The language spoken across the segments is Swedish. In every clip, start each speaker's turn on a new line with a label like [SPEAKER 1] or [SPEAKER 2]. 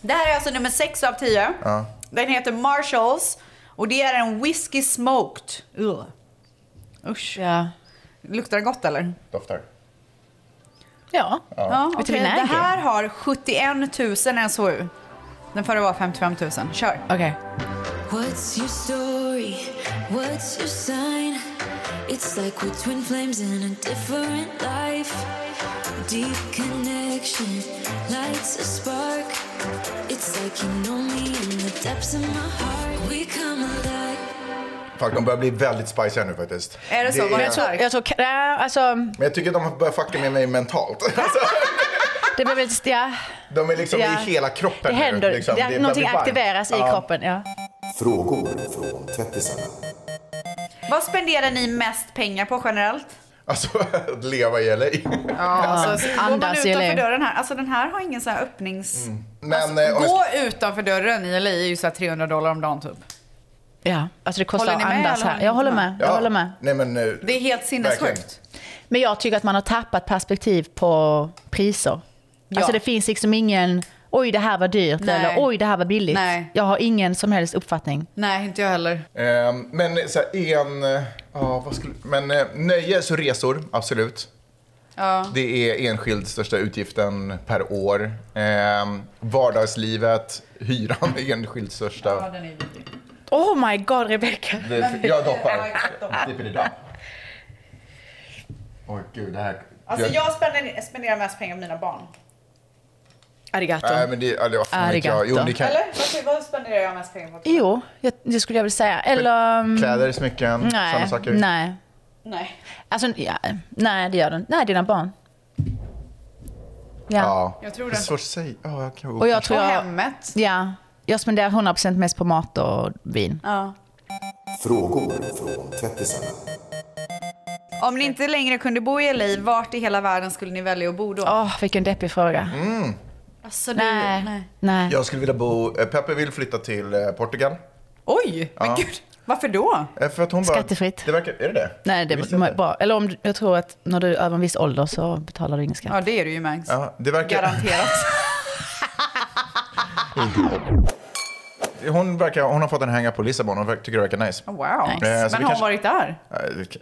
[SPEAKER 1] Det här är alltså nummer 6 av 10.
[SPEAKER 2] Ja.
[SPEAKER 1] Den heter Marshalls och det är en whisky smoked. Ugh. Usch.
[SPEAKER 3] Ja.
[SPEAKER 1] Luktar det gott eller?
[SPEAKER 2] Doftar.
[SPEAKER 3] Ja.
[SPEAKER 1] Ja,
[SPEAKER 3] Vet du
[SPEAKER 1] okej.
[SPEAKER 3] vad den
[SPEAKER 1] Det
[SPEAKER 3] äger?
[SPEAKER 1] här har 71 000 SHU. Den förra var 55 000. Kör.
[SPEAKER 3] Okej.
[SPEAKER 4] What's your story? What's your sign? It's like we're twin flames in a different life. Deep connection lights a spark. It's like you know me in the depths of my heart. We come alive.
[SPEAKER 2] Fuck, de börjar bli väldigt spiciga nu faktiskt.
[SPEAKER 1] Är det så? Var det så?
[SPEAKER 2] är...
[SPEAKER 1] Stark.
[SPEAKER 3] Jag tror... Nej, alltså...
[SPEAKER 2] Men jag tycker de börjar fucka med mig mentalt. Alltså,
[SPEAKER 3] Det blir väl... Ja.
[SPEAKER 2] de är liksom
[SPEAKER 3] Ja.
[SPEAKER 2] i hela kroppen
[SPEAKER 3] Det händer.
[SPEAKER 2] nu. Liksom.
[SPEAKER 3] Det,
[SPEAKER 2] börjar
[SPEAKER 3] någonting
[SPEAKER 2] bli varmt.
[SPEAKER 3] aktiveras i
[SPEAKER 2] Ja.
[SPEAKER 3] kroppen. Ja.
[SPEAKER 5] Frågor från tvättisarna.
[SPEAKER 1] Vad spenderar ni mest pengar på generellt?
[SPEAKER 2] Alltså, att leva i LA.
[SPEAKER 1] Alltså, går man
[SPEAKER 3] Andas i
[SPEAKER 1] utanför
[SPEAKER 3] LA.
[SPEAKER 1] dörren här? Alltså den här har ingen så här öppnings...
[SPEAKER 2] Men
[SPEAKER 3] Alltså,
[SPEAKER 2] eh, om jag
[SPEAKER 1] Gå utanför dörren i LA är ju så här 300 dollar om dagen typ.
[SPEAKER 3] ja. Alltså det kostar
[SPEAKER 1] Håller
[SPEAKER 3] att
[SPEAKER 1] ni med,
[SPEAKER 3] andas
[SPEAKER 1] eller
[SPEAKER 3] här.
[SPEAKER 1] håller
[SPEAKER 3] Jag
[SPEAKER 1] ni
[SPEAKER 3] håller
[SPEAKER 1] inte
[SPEAKER 3] med. Jag
[SPEAKER 2] Ja.
[SPEAKER 3] håller med.
[SPEAKER 2] Nej, men, eh,
[SPEAKER 1] Det är helt sinnessjukt.
[SPEAKER 3] Men jag tycker att man har tappat perspektiv på priser. Alltså det finns liksom ingen... Oj, det här var dyrt.
[SPEAKER 1] Nej.
[SPEAKER 3] Eller oj, det här var billigt.
[SPEAKER 1] Nej.
[SPEAKER 3] Jag har ingen som helst uppfattning.
[SPEAKER 1] Nej, inte jag heller.
[SPEAKER 2] Ehm, men så här, en... eh, ja, vad skulle, men eh, nöje, så resor, absolut.
[SPEAKER 1] Ja.
[SPEAKER 2] Det är enskild största utgiften per år. Ehm, vardagslivet, hyran är enskild största.
[SPEAKER 3] Oh my god, Rebecca.
[SPEAKER 2] Det, jag doppar. Dipper det där. Oj, gud, det här...
[SPEAKER 1] Alltså jag spenderar, spenderar mest pengar på mina barn.
[SPEAKER 3] Arigato.
[SPEAKER 2] Nej, men det... Eller vad fan vet jag. Jo,
[SPEAKER 3] Arigato.
[SPEAKER 2] ni kan...
[SPEAKER 1] Eller? Vad, vad spenderar jag mest pengar på?
[SPEAKER 3] Jo, jag, det skulle jag vilja säga. Eller... um,
[SPEAKER 2] Kläder, smycken, sådana
[SPEAKER 3] Nej,
[SPEAKER 2] saker.
[SPEAKER 3] nej.
[SPEAKER 1] Nej.
[SPEAKER 3] Alltså, ja, nej, det gör den. Nej, dina barn. Ja.
[SPEAKER 2] Ja.
[SPEAKER 1] Jag tror
[SPEAKER 2] det.
[SPEAKER 1] det.
[SPEAKER 2] är svårt att säga. Ja, jag kan...
[SPEAKER 3] Och jag
[SPEAKER 1] På
[SPEAKER 3] tror jag,
[SPEAKER 1] hemmet.
[SPEAKER 3] ja, jag spenderar 100% mest på mat och vin.
[SPEAKER 1] Ja.
[SPEAKER 5] Frågor från tvättisarna.
[SPEAKER 1] Om ni inte längre kunde bo i LA, vart i hela världen skulle ni välja att bo då?
[SPEAKER 3] Åh, vilken deppig fråga.
[SPEAKER 2] Mm.
[SPEAKER 1] Alltså, du,
[SPEAKER 3] nej, nej. nej.
[SPEAKER 2] jag skulle vilja bo... eh, Peppe vill flytta till eh, Portugal.
[SPEAKER 1] Oj, men gud. Varför då?
[SPEAKER 2] Eh, För att hon bara,
[SPEAKER 3] Skattefritt.
[SPEAKER 2] Det verkar, är det det?
[SPEAKER 3] det
[SPEAKER 2] Jag visste
[SPEAKER 3] är
[SPEAKER 2] inte.
[SPEAKER 3] bra. Eller om, du- jag tror att när du är över en viss ålder så betalar du ingen skatt.
[SPEAKER 1] Ja, det är det ju Mangs.
[SPEAKER 2] Ja, det verkar,
[SPEAKER 1] Garanterat.
[SPEAKER 2] hon, verkar, hon har fått en hänga på Lissabon och verkar- tycker det verkar nice.
[SPEAKER 1] Oh, Wow. Men har
[SPEAKER 2] Eh, så vi
[SPEAKER 1] hon
[SPEAKER 2] kanske-
[SPEAKER 1] varit där?
[SPEAKER 2] Eh,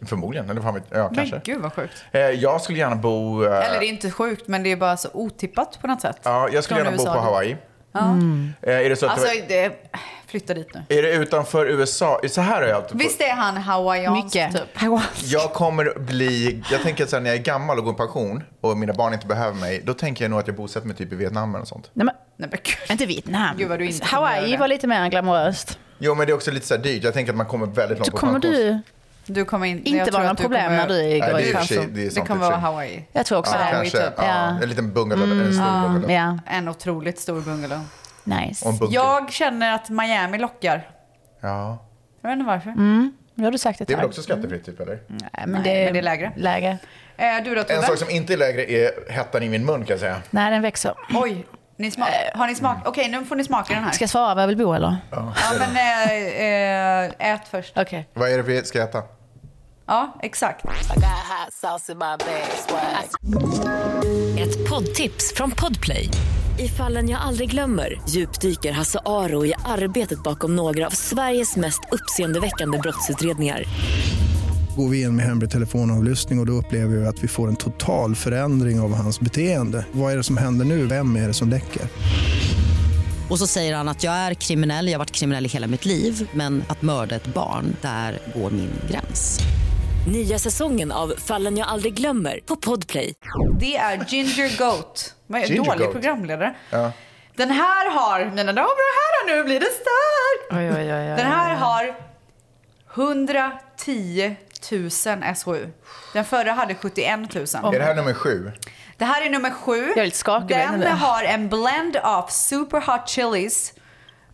[SPEAKER 2] Förmodligen, eller fan vet ja, kanske.
[SPEAKER 1] Men gud vad sjukt.
[SPEAKER 2] Eh, Jag skulle gärna bo... eh,
[SPEAKER 1] Eller det är inte sjukt, men det är bara så otippat på något sätt.
[SPEAKER 2] Ja, jag skulle
[SPEAKER 1] Från
[SPEAKER 2] gärna bo
[SPEAKER 1] USA.
[SPEAKER 2] på Hawaii.
[SPEAKER 3] Mm.
[SPEAKER 2] Eh, Är det så att
[SPEAKER 1] Alltså,
[SPEAKER 2] det var-
[SPEAKER 1] det... flytta dit nu.
[SPEAKER 2] är det utanför USA? Så här har jag alltid...
[SPEAKER 1] Visst är han hawaiiansk
[SPEAKER 3] Mycket.
[SPEAKER 1] typ?
[SPEAKER 2] Jag kommer bli... Jag tänker att sen när jag är gammal och går i pension och mina barn inte behöver mig, då tänker jag nog att jag bosätter mig typ i Vietnam eller något sånt.
[SPEAKER 3] Nej, men,
[SPEAKER 1] Nej men gud.
[SPEAKER 3] inte Vietnam.
[SPEAKER 1] Gud, vad du inte kommer
[SPEAKER 3] Hawaii
[SPEAKER 1] göra det.
[SPEAKER 3] var lite mer glamoröst.
[SPEAKER 2] Jo, men det är också lite så här dyrt. Jag tänker att man kommer väldigt långt
[SPEAKER 3] Så
[SPEAKER 2] på
[SPEAKER 3] kommer
[SPEAKER 2] pension.
[SPEAKER 3] du
[SPEAKER 1] Du kommer in, jag
[SPEAKER 3] inte
[SPEAKER 1] tror
[SPEAKER 3] vara
[SPEAKER 1] att
[SPEAKER 3] något problem
[SPEAKER 1] kommer- Alltså,
[SPEAKER 3] när du
[SPEAKER 2] Nej,
[SPEAKER 3] går
[SPEAKER 2] det är
[SPEAKER 3] i
[SPEAKER 2] i och för sig-
[SPEAKER 3] pension.
[SPEAKER 2] det är
[SPEAKER 1] Det
[SPEAKER 2] sant i och
[SPEAKER 1] kommer
[SPEAKER 2] för
[SPEAKER 1] vara
[SPEAKER 2] sig.
[SPEAKER 1] Hawaii.
[SPEAKER 3] Jag tror också
[SPEAKER 2] Ja,
[SPEAKER 1] Hawaii,
[SPEAKER 3] det.
[SPEAKER 2] kanske.
[SPEAKER 1] typ.
[SPEAKER 2] Ja.
[SPEAKER 3] Ja.
[SPEAKER 2] En liten bungalow, eller en stor bungalow.
[SPEAKER 3] Ja,
[SPEAKER 1] En otroligt stor bungalow.
[SPEAKER 3] nice.
[SPEAKER 2] Och en bunker.
[SPEAKER 1] Jag känner att Miami lockar.
[SPEAKER 2] Ja.
[SPEAKER 1] Jag vet inte varför.
[SPEAKER 3] Mm. Nu har du sagt ett
[SPEAKER 2] Det är väl
[SPEAKER 3] tag.
[SPEAKER 2] också skattefritt, typ, eller?
[SPEAKER 3] Nej, men,
[SPEAKER 1] Nej,
[SPEAKER 3] det,
[SPEAKER 1] men det är lägre.
[SPEAKER 3] lägre.
[SPEAKER 1] Eh, du då
[SPEAKER 2] En
[SPEAKER 1] Tobbe?
[SPEAKER 2] sak som inte är lägre är hettan i min mun, kan jag säga.
[SPEAKER 3] Nej, den växer.
[SPEAKER 1] Oj, ni smak... har ni smak? Okej, nu får ni smaka den här.
[SPEAKER 3] Eh. Ska jag svara var jag vill bo eller?
[SPEAKER 1] Ja, men eh, eh, ät först.
[SPEAKER 3] Okej.
[SPEAKER 2] Vad är det vi ska äta?
[SPEAKER 1] Ja, exakt.
[SPEAKER 6] Ett poddtips från Podplay. I fallen jag aldrig glömmer djupdyker Hasse Aro i arbetet bakom några av Sveriges mest uppseendeväckande brottsutredningar.
[SPEAKER 7] Går vi in med hemlig telefonavlyssning och, och då upplever vi att vi får en total förändring av hans beteende. Vad är det som händer nu? Vem är det som läcker?
[SPEAKER 8] Och så säger han att jag är kriminell, jag har varit kriminell i hela mitt liv men att mörda ett barn, där går min gräns.
[SPEAKER 6] Nya säsongen av Fallen jag aldrig glömmer på Podplay.
[SPEAKER 1] Det är Ginger Goat. Vad är
[SPEAKER 2] Ginger
[SPEAKER 1] dålig
[SPEAKER 2] Goat.
[SPEAKER 1] programledare.
[SPEAKER 2] Ja.
[SPEAKER 1] Den här har, mina damer och herrar, nu blir det starkt.
[SPEAKER 3] Oj, oj, oj, oj.
[SPEAKER 1] Den här har 110 000 SHU. Den förra hade 71 000.
[SPEAKER 2] Är det här nummer sju?
[SPEAKER 1] Det här är nummer sju.
[SPEAKER 3] Jag är lite skakig, vet
[SPEAKER 1] Den
[SPEAKER 3] ni det?
[SPEAKER 1] har en blend av super hot chilies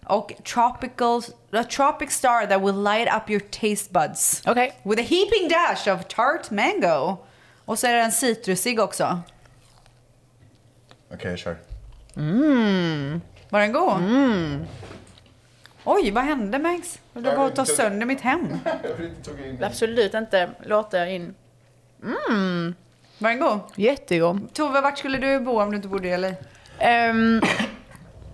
[SPEAKER 1] och tropical, a tropic star that will light up your taste buds.
[SPEAKER 3] Okej.
[SPEAKER 1] With a heaping dash of tart mango. Och så är den citrusig också.
[SPEAKER 2] Okej, jag kör.
[SPEAKER 1] Var den god? Mm. Oj, vad hände Max? Du bara ta sönder mitt hem.
[SPEAKER 3] Absolut inte låter jag in.
[SPEAKER 1] Var den god?
[SPEAKER 3] Jättegod.
[SPEAKER 1] Tove, vart skulle du bo om du inte bodde i LA?
[SPEAKER 3] Ehm,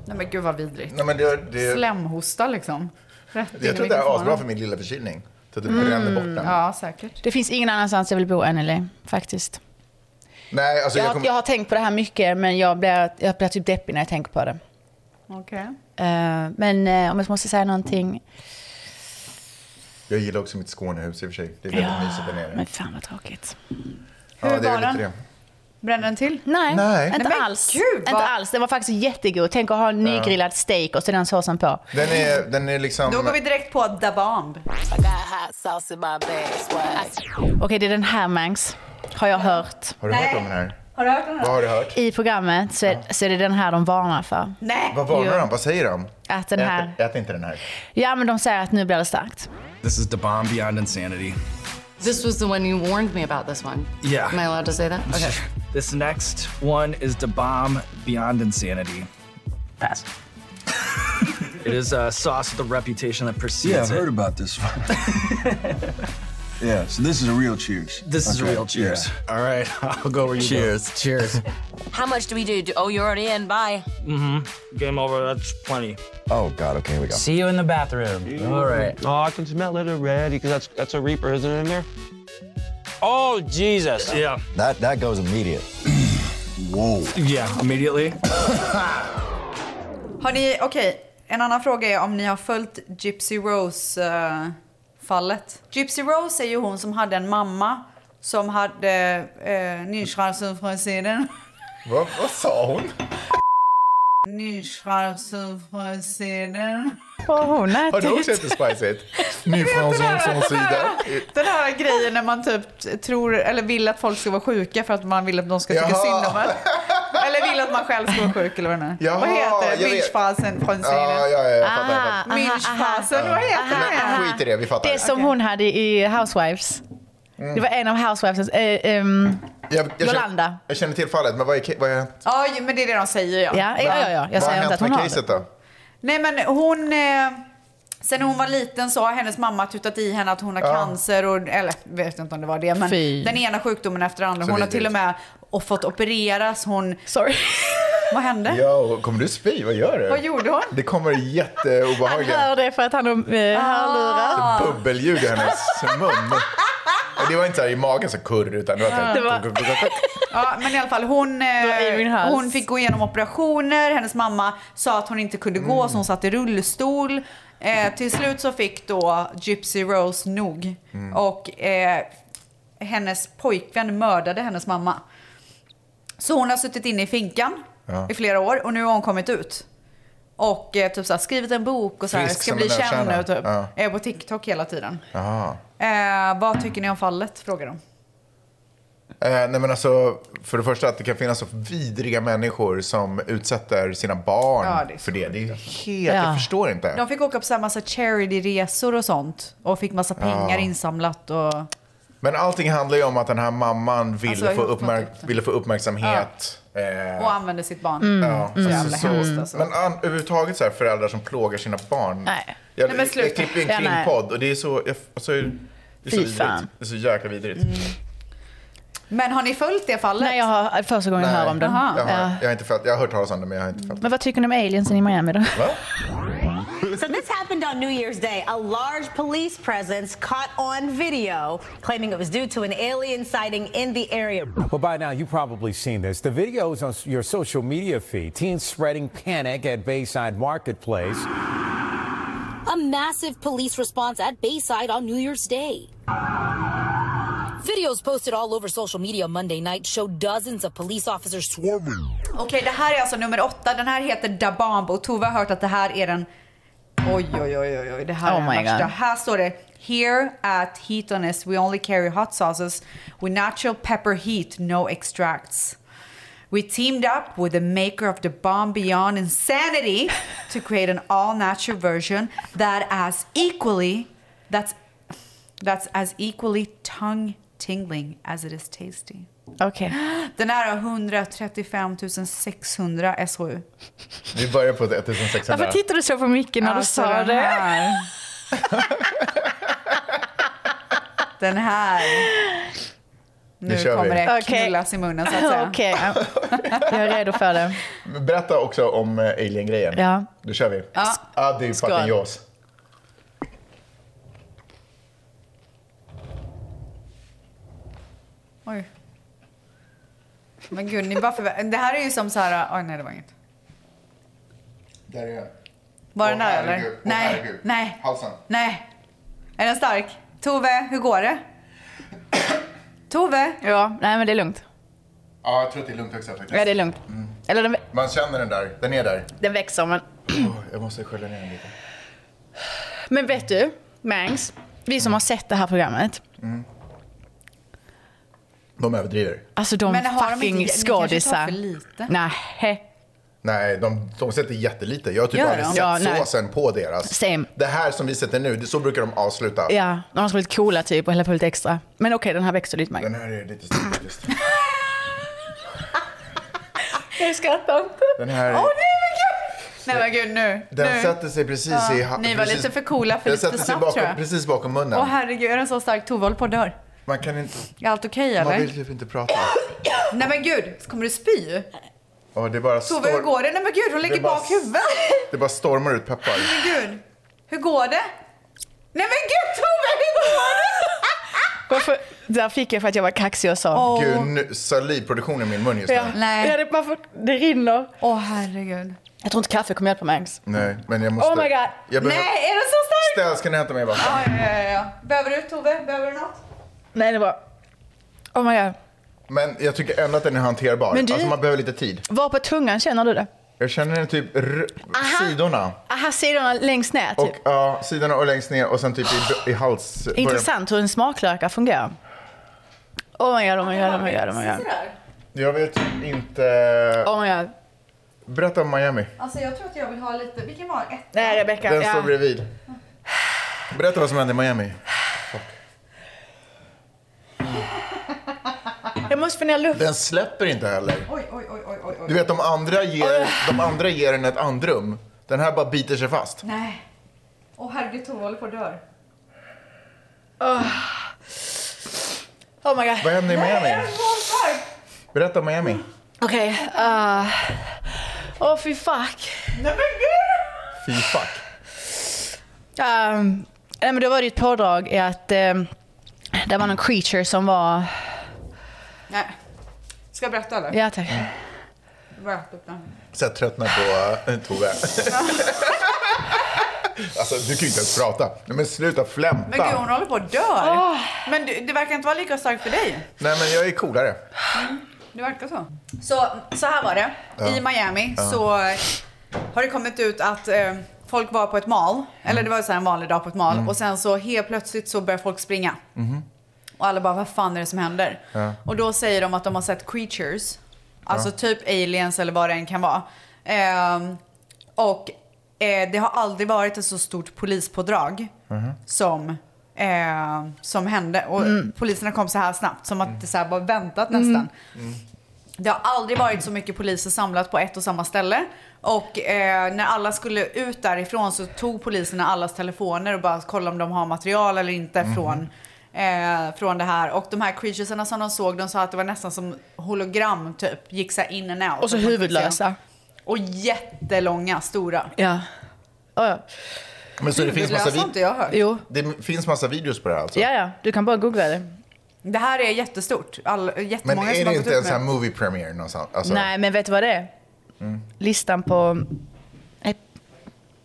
[SPEAKER 1] Nej men gud vad vidrigt.
[SPEAKER 2] Nej, men det, det,
[SPEAKER 1] Slemhosta liksom. Rätt in i
[SPEAKER 2] jag tror det är
[SPEAKER 1] mikrofonen. Mm.
[SPEAKER 2] asbra för min lilla förkylning. Så att det bränner bort den.
[SPEAKER 1] Ja, säkert.
[SPEAKER 3] Det finns ingen annanstans jag vill bo än LA, faktiskt.
[SPEAKER 2] Nej, alltså
[SPEAKER 3] Jag,
[SPEAKER 2] jag
[SPEAKER 3] har-
[SPEAKER 2] kommer...
[SPEAKER 3] jag har tänkt på det här mycket, men jag blir, jag blir typ deppig när jag tänker på det.
[SPEAKER 1] Okej.
[SPEAKER 3] Eh, men eh, om jag måste säga någonting.
[SPEAKER 2] Jag gillar också mitt Skånehus i och för sig. Det är väldigt mysigt där nere.
[SPEAKER 3] Men fan vad tråkigt.
[SPEAKER 2] Ja,
[SPEAKER 1] Hur
[SPEAKER 2] det är
[SPEAKER 1] var
[SPEAKER 2] lite
[SPEAKER 1] den?
[SPEAKER 2] det.
[SPEAKER 1] Bränner den till?
[SPEAKER 3] Nej,
[SPEAKER 2] Nej.
[SPEAKER 3] inte
[SPEAKER 1] Nej, men
[SPEAKER 3] alls.
[SPEAKER 1] gud,
[SPEAKER 3] inte
[SPEAKER 1] vad-
[SPEAKER 3] alls. Den var faktiskt jättegod. Tänk att ha en nygrillad steak och så den såsen på.
[SPEAKER 2] Den är, den är liksom...
[SPEAKER 9] Då går vi direkt på Da Bomb.
[SPEAKER 3] Okej, det är den här Mangs, har jag hört.
[SPEAKER 2] Har du hört om den här?
[SPEAKER 9] Har du hört den? här?
[SPEAKER 2] Vad har du hört?
[SPEAKER 3] I programmet så är, så är det den här de varnar för.
[SPEAKER 9] Nej!
[SPEAKER 2] Vad varnar de? Vad säger de?
[SPEAKER 3] Att den här...
[SPEAKER 2] Ät, ät inte den här.
[SPEAKER 3] Ja, men de säger att nu blir det starkt.
[SPEAKER 10] This is the bomb beyond insanity.
[SPEAKER 7] This was the one you warned me about this one.
[SPEAKER 10] Yeah.
[SPEAKER 7] Am I allowed to say that? Okay.
[SPEAKER 10] This next one is the bomb beyond insanity.
[SPEAKER 3] Pass.
[SPEAKER 10] It is a sauce with a reputation that precedes
[SPEAKER 7] Yeah,
[SPEAKER 10] it.
[SPEAKER 7] I've heard about this one. yeah, so this is a real cheers.
[SPEAKER 10] This is real cheers. All right, I'll go where you
[SPEAKER 7] Cheers. Cheers.
[SPEAKER 11] How much do we do? Oh, you're already in. Bye.
[SPEAKER 10] go. Game over. That's plenty.
[SPEAKER 12] Oh god, okay, here we go.
[SPEAKER 7] See you in the bathroom. All right.
[SPEAKER 10] Oh, I can smell it already because that's that's a reaper, isn't it, in there?
[SPEAKER 7] Oh, Jesus.
[SPEAKER 10] Yeah.
[SPEAKER 12] That, that goes immediate. Whoa.
[SPEAKER 10] Yeah. Immediately.
[SPEAKER 9] Har ni, okej, en annan fråga är om ni har följt Gypsy Rose eh, fallet. Gypsy Rose är ju hon som hade en mamma som hade
[SPEAKER 1] eh,
[SPEAKER 9] uh, nyschrausen från sidan.
[SPEAKER 2] Vad, vad sa hon?
[SPEAKER 9] Nyschrausen från sidan.
[SPEAKER 3] Och hon
[SPEAKER 2] Har du
[SPEAKER 3] äter
[SPEAKER 2] också ätit Spice It? Nyfransson som cider.
[SPEAKER 1] Den här grejen när man typ tror, eller vill att folk ska vara sjuka för att man vill att de ska tycka
[SPEAKER 2] Jaha.
[SPEAKER 1] synd om en. Eller vill att man själv ska vara sjuk eller vad det nu är.
[SPEAKER 2] Jaha,
[SPEAKER 1] Vad heter
[SPEAKER 2] jag
[SPEAKER 1] det?
[SPEAKER 2] vet.
[SPEAKER 1] Münchfasen från
[SPEAKER 2] Ja, ja,
[SPEAKER 1] Syrien.
[SPEAKER 2] ja, jag fattar.
[SPEAKER 3] Ah.
[SPEAKER 2] jag fattar.
[SPEAKER 1] Münchfasen, vad heter det?
[SPEAKER 2] Men skit i det, vi fattar.
[SPEAKER 3] Det som hon hade i Housewives.
[SPEAKER 2] Mm.
[SPEAKER 3] Det var en av Housewivesens... eh, ehm,
[SPEAKER 2] Jag, jag
[SPEAKER 3] Yolanda.
[SPEAKER 2] Känner, jag känner till fallet, men vad är, vad är,
[SPEAKER 1] Ja, ju- men det är det de säger ja.
[SPEAKER 3] ja, ja, ja, ja. Jag
[SPEAKER 2] vad har
[SPEAKER 3] säger inte
[SPEAKER 2] hänt
[SPEAKER 3] att hon
[SPEAKER 2] med
[SPEAKER 3] har det.
[SPEAKER 2] caset då?
[SPEAKER 1] Nej men hon, eh, sen hon var liten så har hennes mamma tutat i henne att hon har cancer och, eller vet inte om det var det, men
[SPEAKER 3] Fy.
[SPEAKER 1] den ena sjukdomen efter den andra.
[SPEAKER 2] Så
[SPEAKER 1] Hon har
[SPEAKER 2] vidrigt.
[SPEAKER 1] till och med och fått opereras. Hon,
[SPEAKER 3] Sorry.
[SPEAKER 1] vad hände?
[SPEAKER 2] Jo, kommer du spy? Vad gör du?
[SPEAKER 1] Vad gjorde hon?
[SPEAKER 2] Det kommer
[SPEAKER 3] Äh? Han
[SPEAKER 2] jätteobehagliga
[SPEAKER 3] hör det för att han har eh, hörlurar.
[SPEAKER 2] bubbelljud i hennes mun. Det var inte så här i magen så kurr, utan det var så här...
[SPEAKER 3] Det var-
[SPEAKER 1] Ja, men i alla fall hon, eh,
[SPEAKER 3] var Irving House.
[SPEAKER 1] hon fick gå igenom operationer. Hennes mamma sa att hon inte kunde gå så hon satt i rullstol. Eh, till slut så fick då Gypsy Rose nog
[SPEAKER 2] Mm.
[SPEAKER 1] och eh, hennes pojkvän mördade hennes mamma. Så hon har suttit inne i finkan
[SPEAKER 2] Ja.
[SPEAKER 1] i flera år och nu har hon kommit ut. Och eh, typ så här, skrivit en bok och så här,
[SPEAKER 2] Frisk
[SPEAKER 1] ska
[SPEAKER 2] som
[SPEAKER 1] bli
[SPEAKER 2] en
[SPEAKER 1] känd
[SPEAKER 2] ökärna.
[SPEAKER 1] nu typ.
[SPEAKER 2] Ja.
[SPEAKER 1] Är på TikTok hela tiden.
[SPEAKER 2] Jaha.
[SPEAKER 1] Eh, vad tycker ni om fallet? Frågar de.
[SPEAKER 2] Eh, nej men alltså, för det första att det kan finnas så vidriga människor som utsätter sina barn
[SPEAKER 1] Ja, det är så
[SPEAKER 2] för det. Det är ju helt,
[SPEAKER 3] Ja.
[SPEAKER 2] jag förstår inte.
[SPEAKER 1] De fick åka på så här massa charity-resor och sånt. Och fick massa pengar insamlat och...
[SPEAKER 2] Men allting handlar ju om att den här mamman ville,
[SPEAKER 1] Alltså, jag
[SPEAKER 2] få,
[SPEAKER 1] har inte
[SPEAKER 2] uppmärk-
[SPEAKER 1] fattat det.
[SPEAKER 2] ville få uppmärksamhet. Eh,
[SPEAKER 1] Och använde sitt barn.
[SPEAKER 3] Mm.
[SPEAKER 2] ja, så
[SPEAKER 1] jävla
[SPEAKER 2] så,
[SPEAKER 1] hemskt, alltså.
[SPEAKER 2] Men an, överhuvudtaget så här föräldrar som plågar sina barn.
[SPEAKER 3] Nej.
[SPEAKER 2] Jag,
[SPEAKER 1] Nej, men
[SPEAKER 2] jag,
[SPEAKER 1] sluta.
[SPEAKER 2] jag klipper ju
[SPEAKER 3] Ja,
[SPEAKER 2] en
[SPEAKER 3] nej.
[SPEAKER 2] krimpodd och det är så, jag, alltså, det är så
[SPEAKER 3] Fy
[SPEAKER 2] vidrigt.
[SPEAKER 3] fan.
[SPEAKER 2] Det är så jäkla vidrigt.
[SPEAKER 1] Mm. Men har ni följt det fallet?
[SPEAKER 3] Nej, jag har första gången jag hör om den.
[SPEAKER 1] Aha.
[SPEAKER 2] Jag, har, jag, har inte följt, jag har hört talas om det men jag har inte följt
[SPEAKER 3] Men vad tycker ni om aliensen i Miami då?
[SPEAKER 2] Va?
[SPEAKER 7] So this happened on New Year's Day. A large police presence caught on video claiming it was due to an alien sighting in the area.
[SPEAKER 10] Well, by now you've probably seen this. The video is on your social media feed. Teens spreading panic at Bayside Marketplace.
[SPEAKER 4] A massive police response at Bayside on New Year's Day. Videos posted all over social media Monday night show dozens of police officers swarming.
[SPEAKER 1] Okej, det här är alltså nummer åtta. Den här heter Dabambo. Tove har hört att det här är den... Oj, oj, oj, oj, oj. Det här
[SPEAKER 3] Oh
[SPEAKER 1] är
[SPEAKER 3] my
[SPEAKER 1] den värsta.
[SPEAKER 3] God.
[SPEAKER 1] Här står det Here at Heatoness we only carry hot sauces with natural pepper heat, no extracts. We teamed up with the maker of the bomb beyond insanity to create an all-natural version that as equally that's that's as equally tongue-tingling as it is tasty.
[SPEAKER 3] Okej.
[SPEAKER 1] Den här har 135 600 SHU.
[SPEAKER 2] Vi börjar på 1600.
[SPEAKER 3] Varför tittade du så på mycket när
[SPEAKER 1] Alltså,
[SPEAKER 3] du sa
[SPEAKER 1] den
[SPEAKER 3] det?
[SPEAKER 1] Här. den här. Nu, nu kommer vi. det
[SPEAKER 3] okay.
[SPEAKER 1] knullas i munnen så att säga.
[SPEAKER 3] Okej, okay. jag är redo för det.
[SPEAKER 2] Berätta också om eh, Alien-grejen.
[SPEAKER 3] Ja.
[SPEAKER 2] Då kör vi. Ja. Addy
[SPEAKER 3] Skål.
[SPEAKER 2] fucking Jaws.
[SPEAKER 1] Oj. Men gud, ni bara förvä- Det här är ju som så här... Oj, nej, det var inget.
[SPEAKER 2] Där är jag.
[SPEAKER 1] Var
[SPEAKER 2] Åh,
[SPEAKER 1] den där
[SPEAKER 2] herregud.
[SPEAKER 1] eller?
[SPEAKER 2] Åh,
[SPEAKER 1] nej,
[SPEAKER 2] herregud.
[SPEAKER 1] nej,
[SPEAKER 2] Halsen.
[SPEAKER 1] nej. Är den stark? Tove, hur går det? Tove?
[SPEAKER 3] Ja, nej men det är lugnt.
[SPEAKER 2] Ja, jag tror att det är lugnt också faktiskt.
[SPEAKER 3] Ja, det är lugnt.
[SPEAKER 2] Mm.
[SPEAKER 3] Eller den,
[SPEAKER 2] Man känner den där. Den är där.
[SPEAKER 3] den växer men...
[SPEAKER 2] Åh, jag måste skölja ner den lite.
[SPEAKER 3] Men vet du, Mangs, vi som har sett det här programmet.
[SPEAKER 2] De överdriver.
[SPEAKER 3] Alltså de
[SPEAKER 1] Men har de
[SPEAKER 3] fucking
[SPEAKER 1] inte- ni kanske tar
[SPEAKER 3] skådisar.
[SPEAKER 1] för lite?
[SPEAKER 3] Nej.
[SPEAKER 2] Nej, de, de sätter jättelite. Jag har typ
[SPEAKER 1] Gör
[SPEAKER 2] aldrig
[SPEAKER 1] de?
[SPEAKER 2] sett
[SPEAKER 3] Ja, nej.
[SPEAKER 2] såsen på deras.
[SPEAKER 3] Same.
[SPEAKER 2] Det här som vi sätter nu, det, så brukar de avsluta.
[SPEAKER 3] Ja, de ska vara lite coola typ och hälla på lite extra. Men okej, den här växer lite Mangs.
[SPEAKER 2] Den här är lite stor faktiskt.
[SPEAKER 3] Jag skrattar inte.
[SPEAKER 2] Den här...
[SPEAKER 1] Åh nej men gud! Nej men gud nu.
[SPEAKER 2] Den
[SPEAKER 1] nu.
[SPEAKER 2] sätter sig precis i... ha-
[SPEAKER 1] ni var
[SPEAKER 2] precis,
[SPEAKER 1] lite för coola för
[SPEAKER 2] den
[SPEAKER 1] lite
[SPEAKER 2] sätter sig
[SPEAKER 1] snabbt,
[SPEAKER 2] bakom,
[SPEAKER 1] tror jag.
[SPEAKER 2] Precis bakom munnen.
[SPEAKER 1] Åh herregud, är den så stark? Tove håller på att dör.
[SPEAKER 2] Man kan inte...
[SPEAKER 1] Är allt okej
[SPEAKER 2] Man
[SPEAKER 1] eller?
[SPEAKER 2] vill typ inte prata.
[SPEAKER 1] Nej men gud, kommer du spy?
[SPEAKER 2] Och det bara
[SPEAKER 1] Tove hur går det? Nej men gud, hon lägger
[SPEAKER 2] bara-
[SPEAKER 1] bak huvudet.
[SPEAKER 2] Det bara stormar ut peppar.
[SPEAKER 1] Men gud, hur går det? Nej men gud Tove, hur går det?
[SPEAKER 3] Varför? Där fick jag för att jag var kaxig och sa.
[SPEAKER 1] Åh.
[SPEAKER 2] Gud, nu salivproduktion i min mun just nu.
[SPEAKER 3] Ja.
[SPEAKER 1] Nej.
[SPEAKER 3] Ja, det, varför, det rinner.
[SPEAKER 1] Åh herregud.
[SPEAKER 3] Jag tror inte kaffe kommer hjälpa Mangs.
[SPEAKER 2] Nej, men jag måste...
[SPEAKER 3] Oh my God.
[SPEAKER 2] Jag behöver...
[SPEAKER 1] Nej, är den så stark?
[SPEAKER 2] Ställs, kan du hämta mig bara?
[SPEAKER 1] Ja, ja, ja, ja. Behöver du Tove? Behöver du något?
[SPEAKER 3] Nej, det var... Oh my god.
[SPEAKER 2] Men jag tycker ändå att den är hanterbar.
[SPEAKER 3] Men du-
[SPEAKER 2] Alltså man behöver lite tid.
[SPEAKER 3] Var på tungan känner du det?
[SPEAKER 2] Jag känner den typ r-
[SPEAKER 3] Aha.
[SPEAKER 2] sidorna.
[SPEAKER 3] Aha, sidorna längst ner typ.
[SPEAKER 2] Och ja, sidorna och längst ner och sen typ i, i hals...
[SPEAKER 3] Intressant hur en smaklökar fungerar. Oh my god, oh my god, oh my god, oh my god.
[SPEAKER 1] Sådär.
[SPEAKER 2] Jag vet inte...
[SPEAKER 3] Oh my god.
[SPEAKER 2] Berätta om Miami.
[SPEAKER 1] Alltså jag tror att jag vill ha lite, vilken var ett?
[SPEAKER 3] Nej, Rebecka.
[SPEAKER 2] Den
[SPEAKER 3] ja.
[SPEAKER 2] står bredvid. Berätta vad som hände i Miami.
[SPEAKER 3] Jag måste få ner luft.
[SPEAKER 2] Den släpper inte heller.
[SPEAKER 1] Oj, oj, oj, oj, oj,
[SPEAKER 2] Du
[SPEAKER 1] oj.
[SPEAKER 2] vet, de andra
[SPEAKER 1] Äh.
[SPEAKER 2] ger, de andra ger den ett andrum. Den här bara biter sig fast.
[SPEAKER 1] Nej. Åh herregud, Tove håller på att dö.
[SPEAKER 3] Oh my god.
[SPEAKER 2] Vad hände i Miami?
[SPEAKER 1] så stark!
[SPEAKER 2] Berätta om Miami.
[SPEAKER 3] Okej. ah. Åh fy fuck.
[SPEAKER 1] Nej men gud!
[SPEAKER 2] Fy fuck.
[SPEAKER 3] Ehm, nej, men då var det ju ett pådrag i att ehm, det var någon creature som var...
[SPEAKER 1] Nej. Ska jag berätta eller?
[SPEAKER 3] Ja, tack.
[SPEAKER 1] Jag bara äter upp den.
[SPEAKER 2] Så jag tröttnar på eh, Tove. alltså, du kan ju inte ens prata. Nej, men sluta flämta.
[SPEAKER 1] Men gud, hon håller på att dö. Men du, det verkar inte vara lika starkt för dig.
[SPEAKER 2] Nej, men jag är coolare.
[SPEAKER 1] Det verkar så. Så, så här var det. I Miami så eh, har det kommit ut att eh, folk var på ett mal. Eller det var så här en vanlig dag på ett mal. Och sen så helt plötsligt så börjar folk springa. Och alla bara, vad fan är det som händer? Och då säger de att de har sett creatures. Alltså typ aliens eller vad det än kan vara. Ehm, och eh, det har aldrig varit ett så stort polispådrag som, eh, som hände. Och poliserna kom så här snabbt, som att det så här var väntat nästan. Det har aldrig varit så mycket poliser samlat på ett och samma ställe. Och eh, när alla skulle ut därifrån så tog poliserna allas telefoner och bara kollade om de har material eller inte
[SPEAKER 2] Mhm.
[SPEAKER 1] från, eh, från det här. Och de här creaturesarna som de såg, de sa att det var nästan som hologram typ. Gick så här in and out.
[SPEAKER 3] Och så
[SPEAKER 1] Man kunde se dem.
[SPEAKER 3] huvudlösa.
[SPEAKER 1] Och jättelånga, stora.
[SPEAKER 3] Ja. Oh, ja.
[SPEAKER 2] Men så det finns,
[SPEAKER 1] Huvudlösa
[SPEAKER 2] massa
[SPEAKER 1] har
[SPEAKER 2] vid-
[SPEAKER 1] inte jag hört.
[SPEAKER 3] Jo.
[SPEAKER 2] det finns massa videos på det här alltså?
[SPEAKER 3] Ja, ja. Du kan bara googla det.
[SPEAKER 1] Det här är jättestort. All,
[SPEAKER 2] Men
[SPEAKER 1] jättemånga
[SPEAKER 2] är
[SPEAKER 1] som
[SPEAKER 2] det
[SPEAKER 1] har gått
[SPEAKER 2] inte en
[SPEAKER 1] ut
[SPEAKER 2] sån här
[SPEAKER 1] med
[SPEAKER 2] movie premiere någonstans? Alltså,
[SPEAKER 3] Nej, men vet du vad det är?
[SPEAKER 2] Mm.
[SPEAKER 3] Listan på... Nej,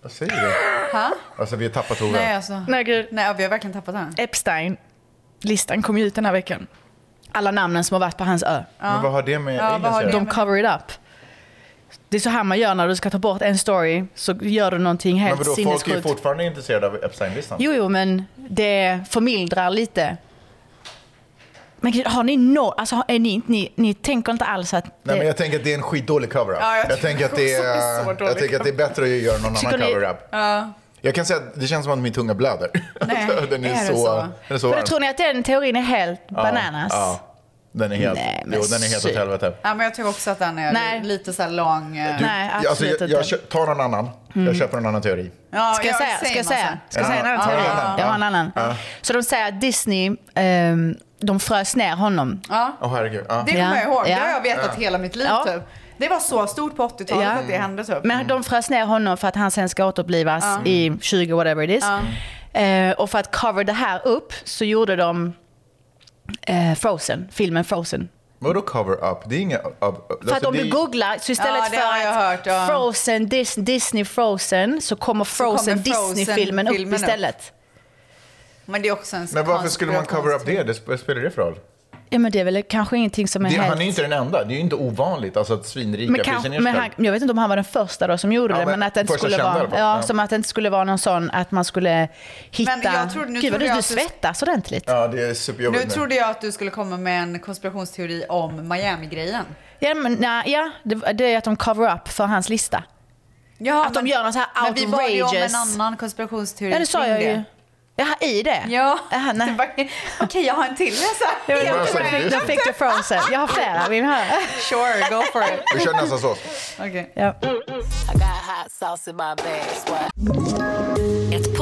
[SPEAKER 2] Vad säger du?
[SPEAKER 1] Ha?
[SPEAKER 2] Alltså, vi har tappat Tove.
[SPEAKER 1] Nej, alltså. Nej.
[SPEAKER 3] Nej gud.
[SPEAKER 1] vi har verkligen tappat den.
[SPEAKER 3] Epstein. Listan kom ju ut den här veckan. Alla namnen som har varit på hans ö.
[SPEAKER 2] Men vad har det med aliens
[SPEAKER 1] vad har
[SPEAKER 2] att göra?
[SPEAKER 1] det-
[SPEAKER 3] De cover it up. Det är så här man gör när du ska ta bort en story. Så gör du någonting
[SPEAKER 2] Men
[SPEAKER 3] helt
[SPEAKER 2] vadå, folk är ju
[SPEAKER 3] sinnessjukt.
[SPEAKER 2] fortfarande intresserade av Epstein-listan.
[SPEAKER 3] Jo, jo, men det förmildrar lite. Men gud, har ni no... Alltså, är ni, inte- ni, ni tänker inte alls att...
[SPEAKER 2] Nej,
[SPEAKER 3] det-
[SPEAKER 2] men jag tänker att det är en skitdålig cover-up.
[SPEAKER 1] Ja, jag
[SPEAKER 2] jag, tänker att det
[SPEAKER 1] tycker också det är
[SPEAKER 2] är,
[SPEAKER 1] så dålig
[SPEAKER 2] jag tänker att det är bättre att göra någon
[SPEAKER 3] Tycker
[SPEAKER 2] annan
[SPEAKER 3] ni-
[SPEAKER 2] cover-up. Jag kan säga att det känns som att min tunga blöder. Alltså,
[SPEAKER 1] Nej,
[SPEAKER 2] den är,
[SPEAKER 1] är det
[SPEAKER 2] så,
[SPEAKER 1] så?
[SPEAKER 2] Den är så
[SPEAKER 3] Vadå,
[SPEAKER 2] varm.
[SPEAKER 3] tror ni att den teorin är helt
[SPEAKER 2] Ja,
[SPEAKER 3] bananas?
[SPEAKER 2] Ja, den är helt,
[SPEAKER 3] Nej, men
[SPEAKER 2] jo, den är helt åt
[SPEAKER 3] shit.
[SPEAKER 2] helvete.
[SPEAKER 1] Ja, men jag tycker också att den är
[SPEAKER 3] Nej.
[SPEAKER 1] lite så här lång. eh,
[SPEAKER 3] Nej,
[SPEAKER 2] Jag- alltså,
[SPEAKER 3] absolut
[SPEAKER 2] jag, jag
[SPEAKER 3] inte. Mm.
[SPEAKER 2] kö- tar någon annan. Jag köper en annan teori.
[SPEAKER 1] Ja,
[SPEAKER 3] Ska jag säga? Ska jag säga? Ska jag
[SPEAKER 2] Ja,
[SPEAKER 3] säga en annan
[SPEAKER 2] ta en
[SPEAKER 3] teori?
[SPEAKER 2] annan.
[SPEAKER 3] Jag har en
[SPEAKER 2] Ja.
[SPEAKER 3] annan. Så de säger att Disney ehm, de frös ner honom.
[SPEAKER 1] Ja.
[SPEAKER 2] Oh, herregud. Ja.
[SPEAKER 1] Det kommer jag ihåg. Det har
[SPEAKER 3] Ja.
[SPEAKER 1] jag vetat
[SPEAKER 3] Ja.
[SPEAKER 1] hela mitt liv
[SPEAKER 3] Ja.
[SPEAKER 1] typ. Det var så stort på 80-talet
[SPEAKER 3] Ja.
[SPEAKER 1] att det hände typ.
[SPEAKER 3] Men de frös ner honom för att han sen ska återupplivas
[SPEAKER 1] Ja.
[SPEAKER 3] i 20 whatever it is.
[SPEAKER 1] Ja.
[SPEAKER 3] Eh, och för att cover det här upp så gjorde de eh, Frozen, filmen Frozen.
[SPEAKER 2] Vadå cover up? Det är inga... alltså, Up, up.
[SPEAKER 3] För att om du googlar, så istället
[SPEAKER 1] Ja, det har
[SPEAKER 3] för
[SPEAKER 1] jag
[SPEAKER 3] att
[SPEAKER 1] hört, ja.
[SPEAKER 3] Frozen, Dis- Disney Frozen, så kommer Frozen,
[SPEAKER 1] kommer Frozen
[SPEAKER 3] Disney-filmen
[SPEAKER 1] filmen
[SPEAKER 3] upp
[SPEAKER 1] upp.
[SPEAKER 3] istället.
[SPEAKER 1] Men det är också en
[SPEAKER 2] Men varför skulle man cover up det? Det sp- spelar det för roll?
[SPEAKER 3] Ja men det är väl kanske ingenting som är
[SPEAKER 2] Det,
[SPEAKER 3] helt...
[SPEAKER 2] han är ju inte den enda. Det är ju inte ovanligt alltså, att svinrika
[SPEAKER 3] men
[SPEAKER 2] blir
[SPEAKER 3] kanske,
[SPEAKER 2] kinesiska.
[SPEAKER 3] men han, jag vet inte om han var den första då som gjorde
[SPEAKER 2] Ja,
[SPEAKER 3] det,
[SPEAKER 2] men
[SPEAKER 3] men att det inte
[SPEAKER 2] första
[SPEAKER 3] skulle
[SPEAKER 2] kända i
[SPEAKER 3] vara,
[SPEAKER 2] alla fall.
[SPEAKER 3] ja,
[SPEAKER 2] Ja.
[SPEAKER 3] som att det inte skulle vara någon sån att man skulle hitta...
[SPEAKER 1] jag trodde- nu
[SPEAKER 3] Gud vad
[SPEAKER 1] trodde
[SPEAKER 3] du,
[SPEAKER 1] jag
[SPEAKER 3] du
[SPEAKER 1] att du-
[SPEAKER 3] svettas ordentligt.
[SPEAKER 2] Ja, det är
[SPEAKER 1] Nu
[SPEAKER 2] superjobbigt
[SPEAKER 1] trodde jag att du skulle komma med en konspirationsteori om Miami-grejen.
[SPEAKER 3] Ja, men, nej, ja det, det är att de cover up för hans lista.
[SPEAKER 1] Ja,
[SPEAKER 3] Att de gör någon så här
[SPEAKER 1] Men vi bad ju om en
[SPEAKER 3] outrageous-
[SPEAKER 1] annan konspirationsteori
[SPEAKER 3] Ja, det sa
[SPEAKER 1] kring
[SPEAKER 3] jag ju. Jaha, i det?
[SPEAKER 1] Ja.
[SPEAKER 3] Jaha, nej.
[SPEAKER 1] Det var- Okej, jag har en till. Så här,
[SPEAKER 3] Jag,
[SPEAKER 2] var
[SPEAKER 3] jag,
[SPEAKER 2] så här,
[SPEAKER 3] fick, jag fick det frozen. Jag har flera. Vill ni höra?
[SPEAKER 1] Sure, go for it.
[SPEAKER 2] Vi kör nästa sås.
[SPEAKER 1] Okej.
[SPEAKER 3] Ja.
[SPEAKER 6] Ett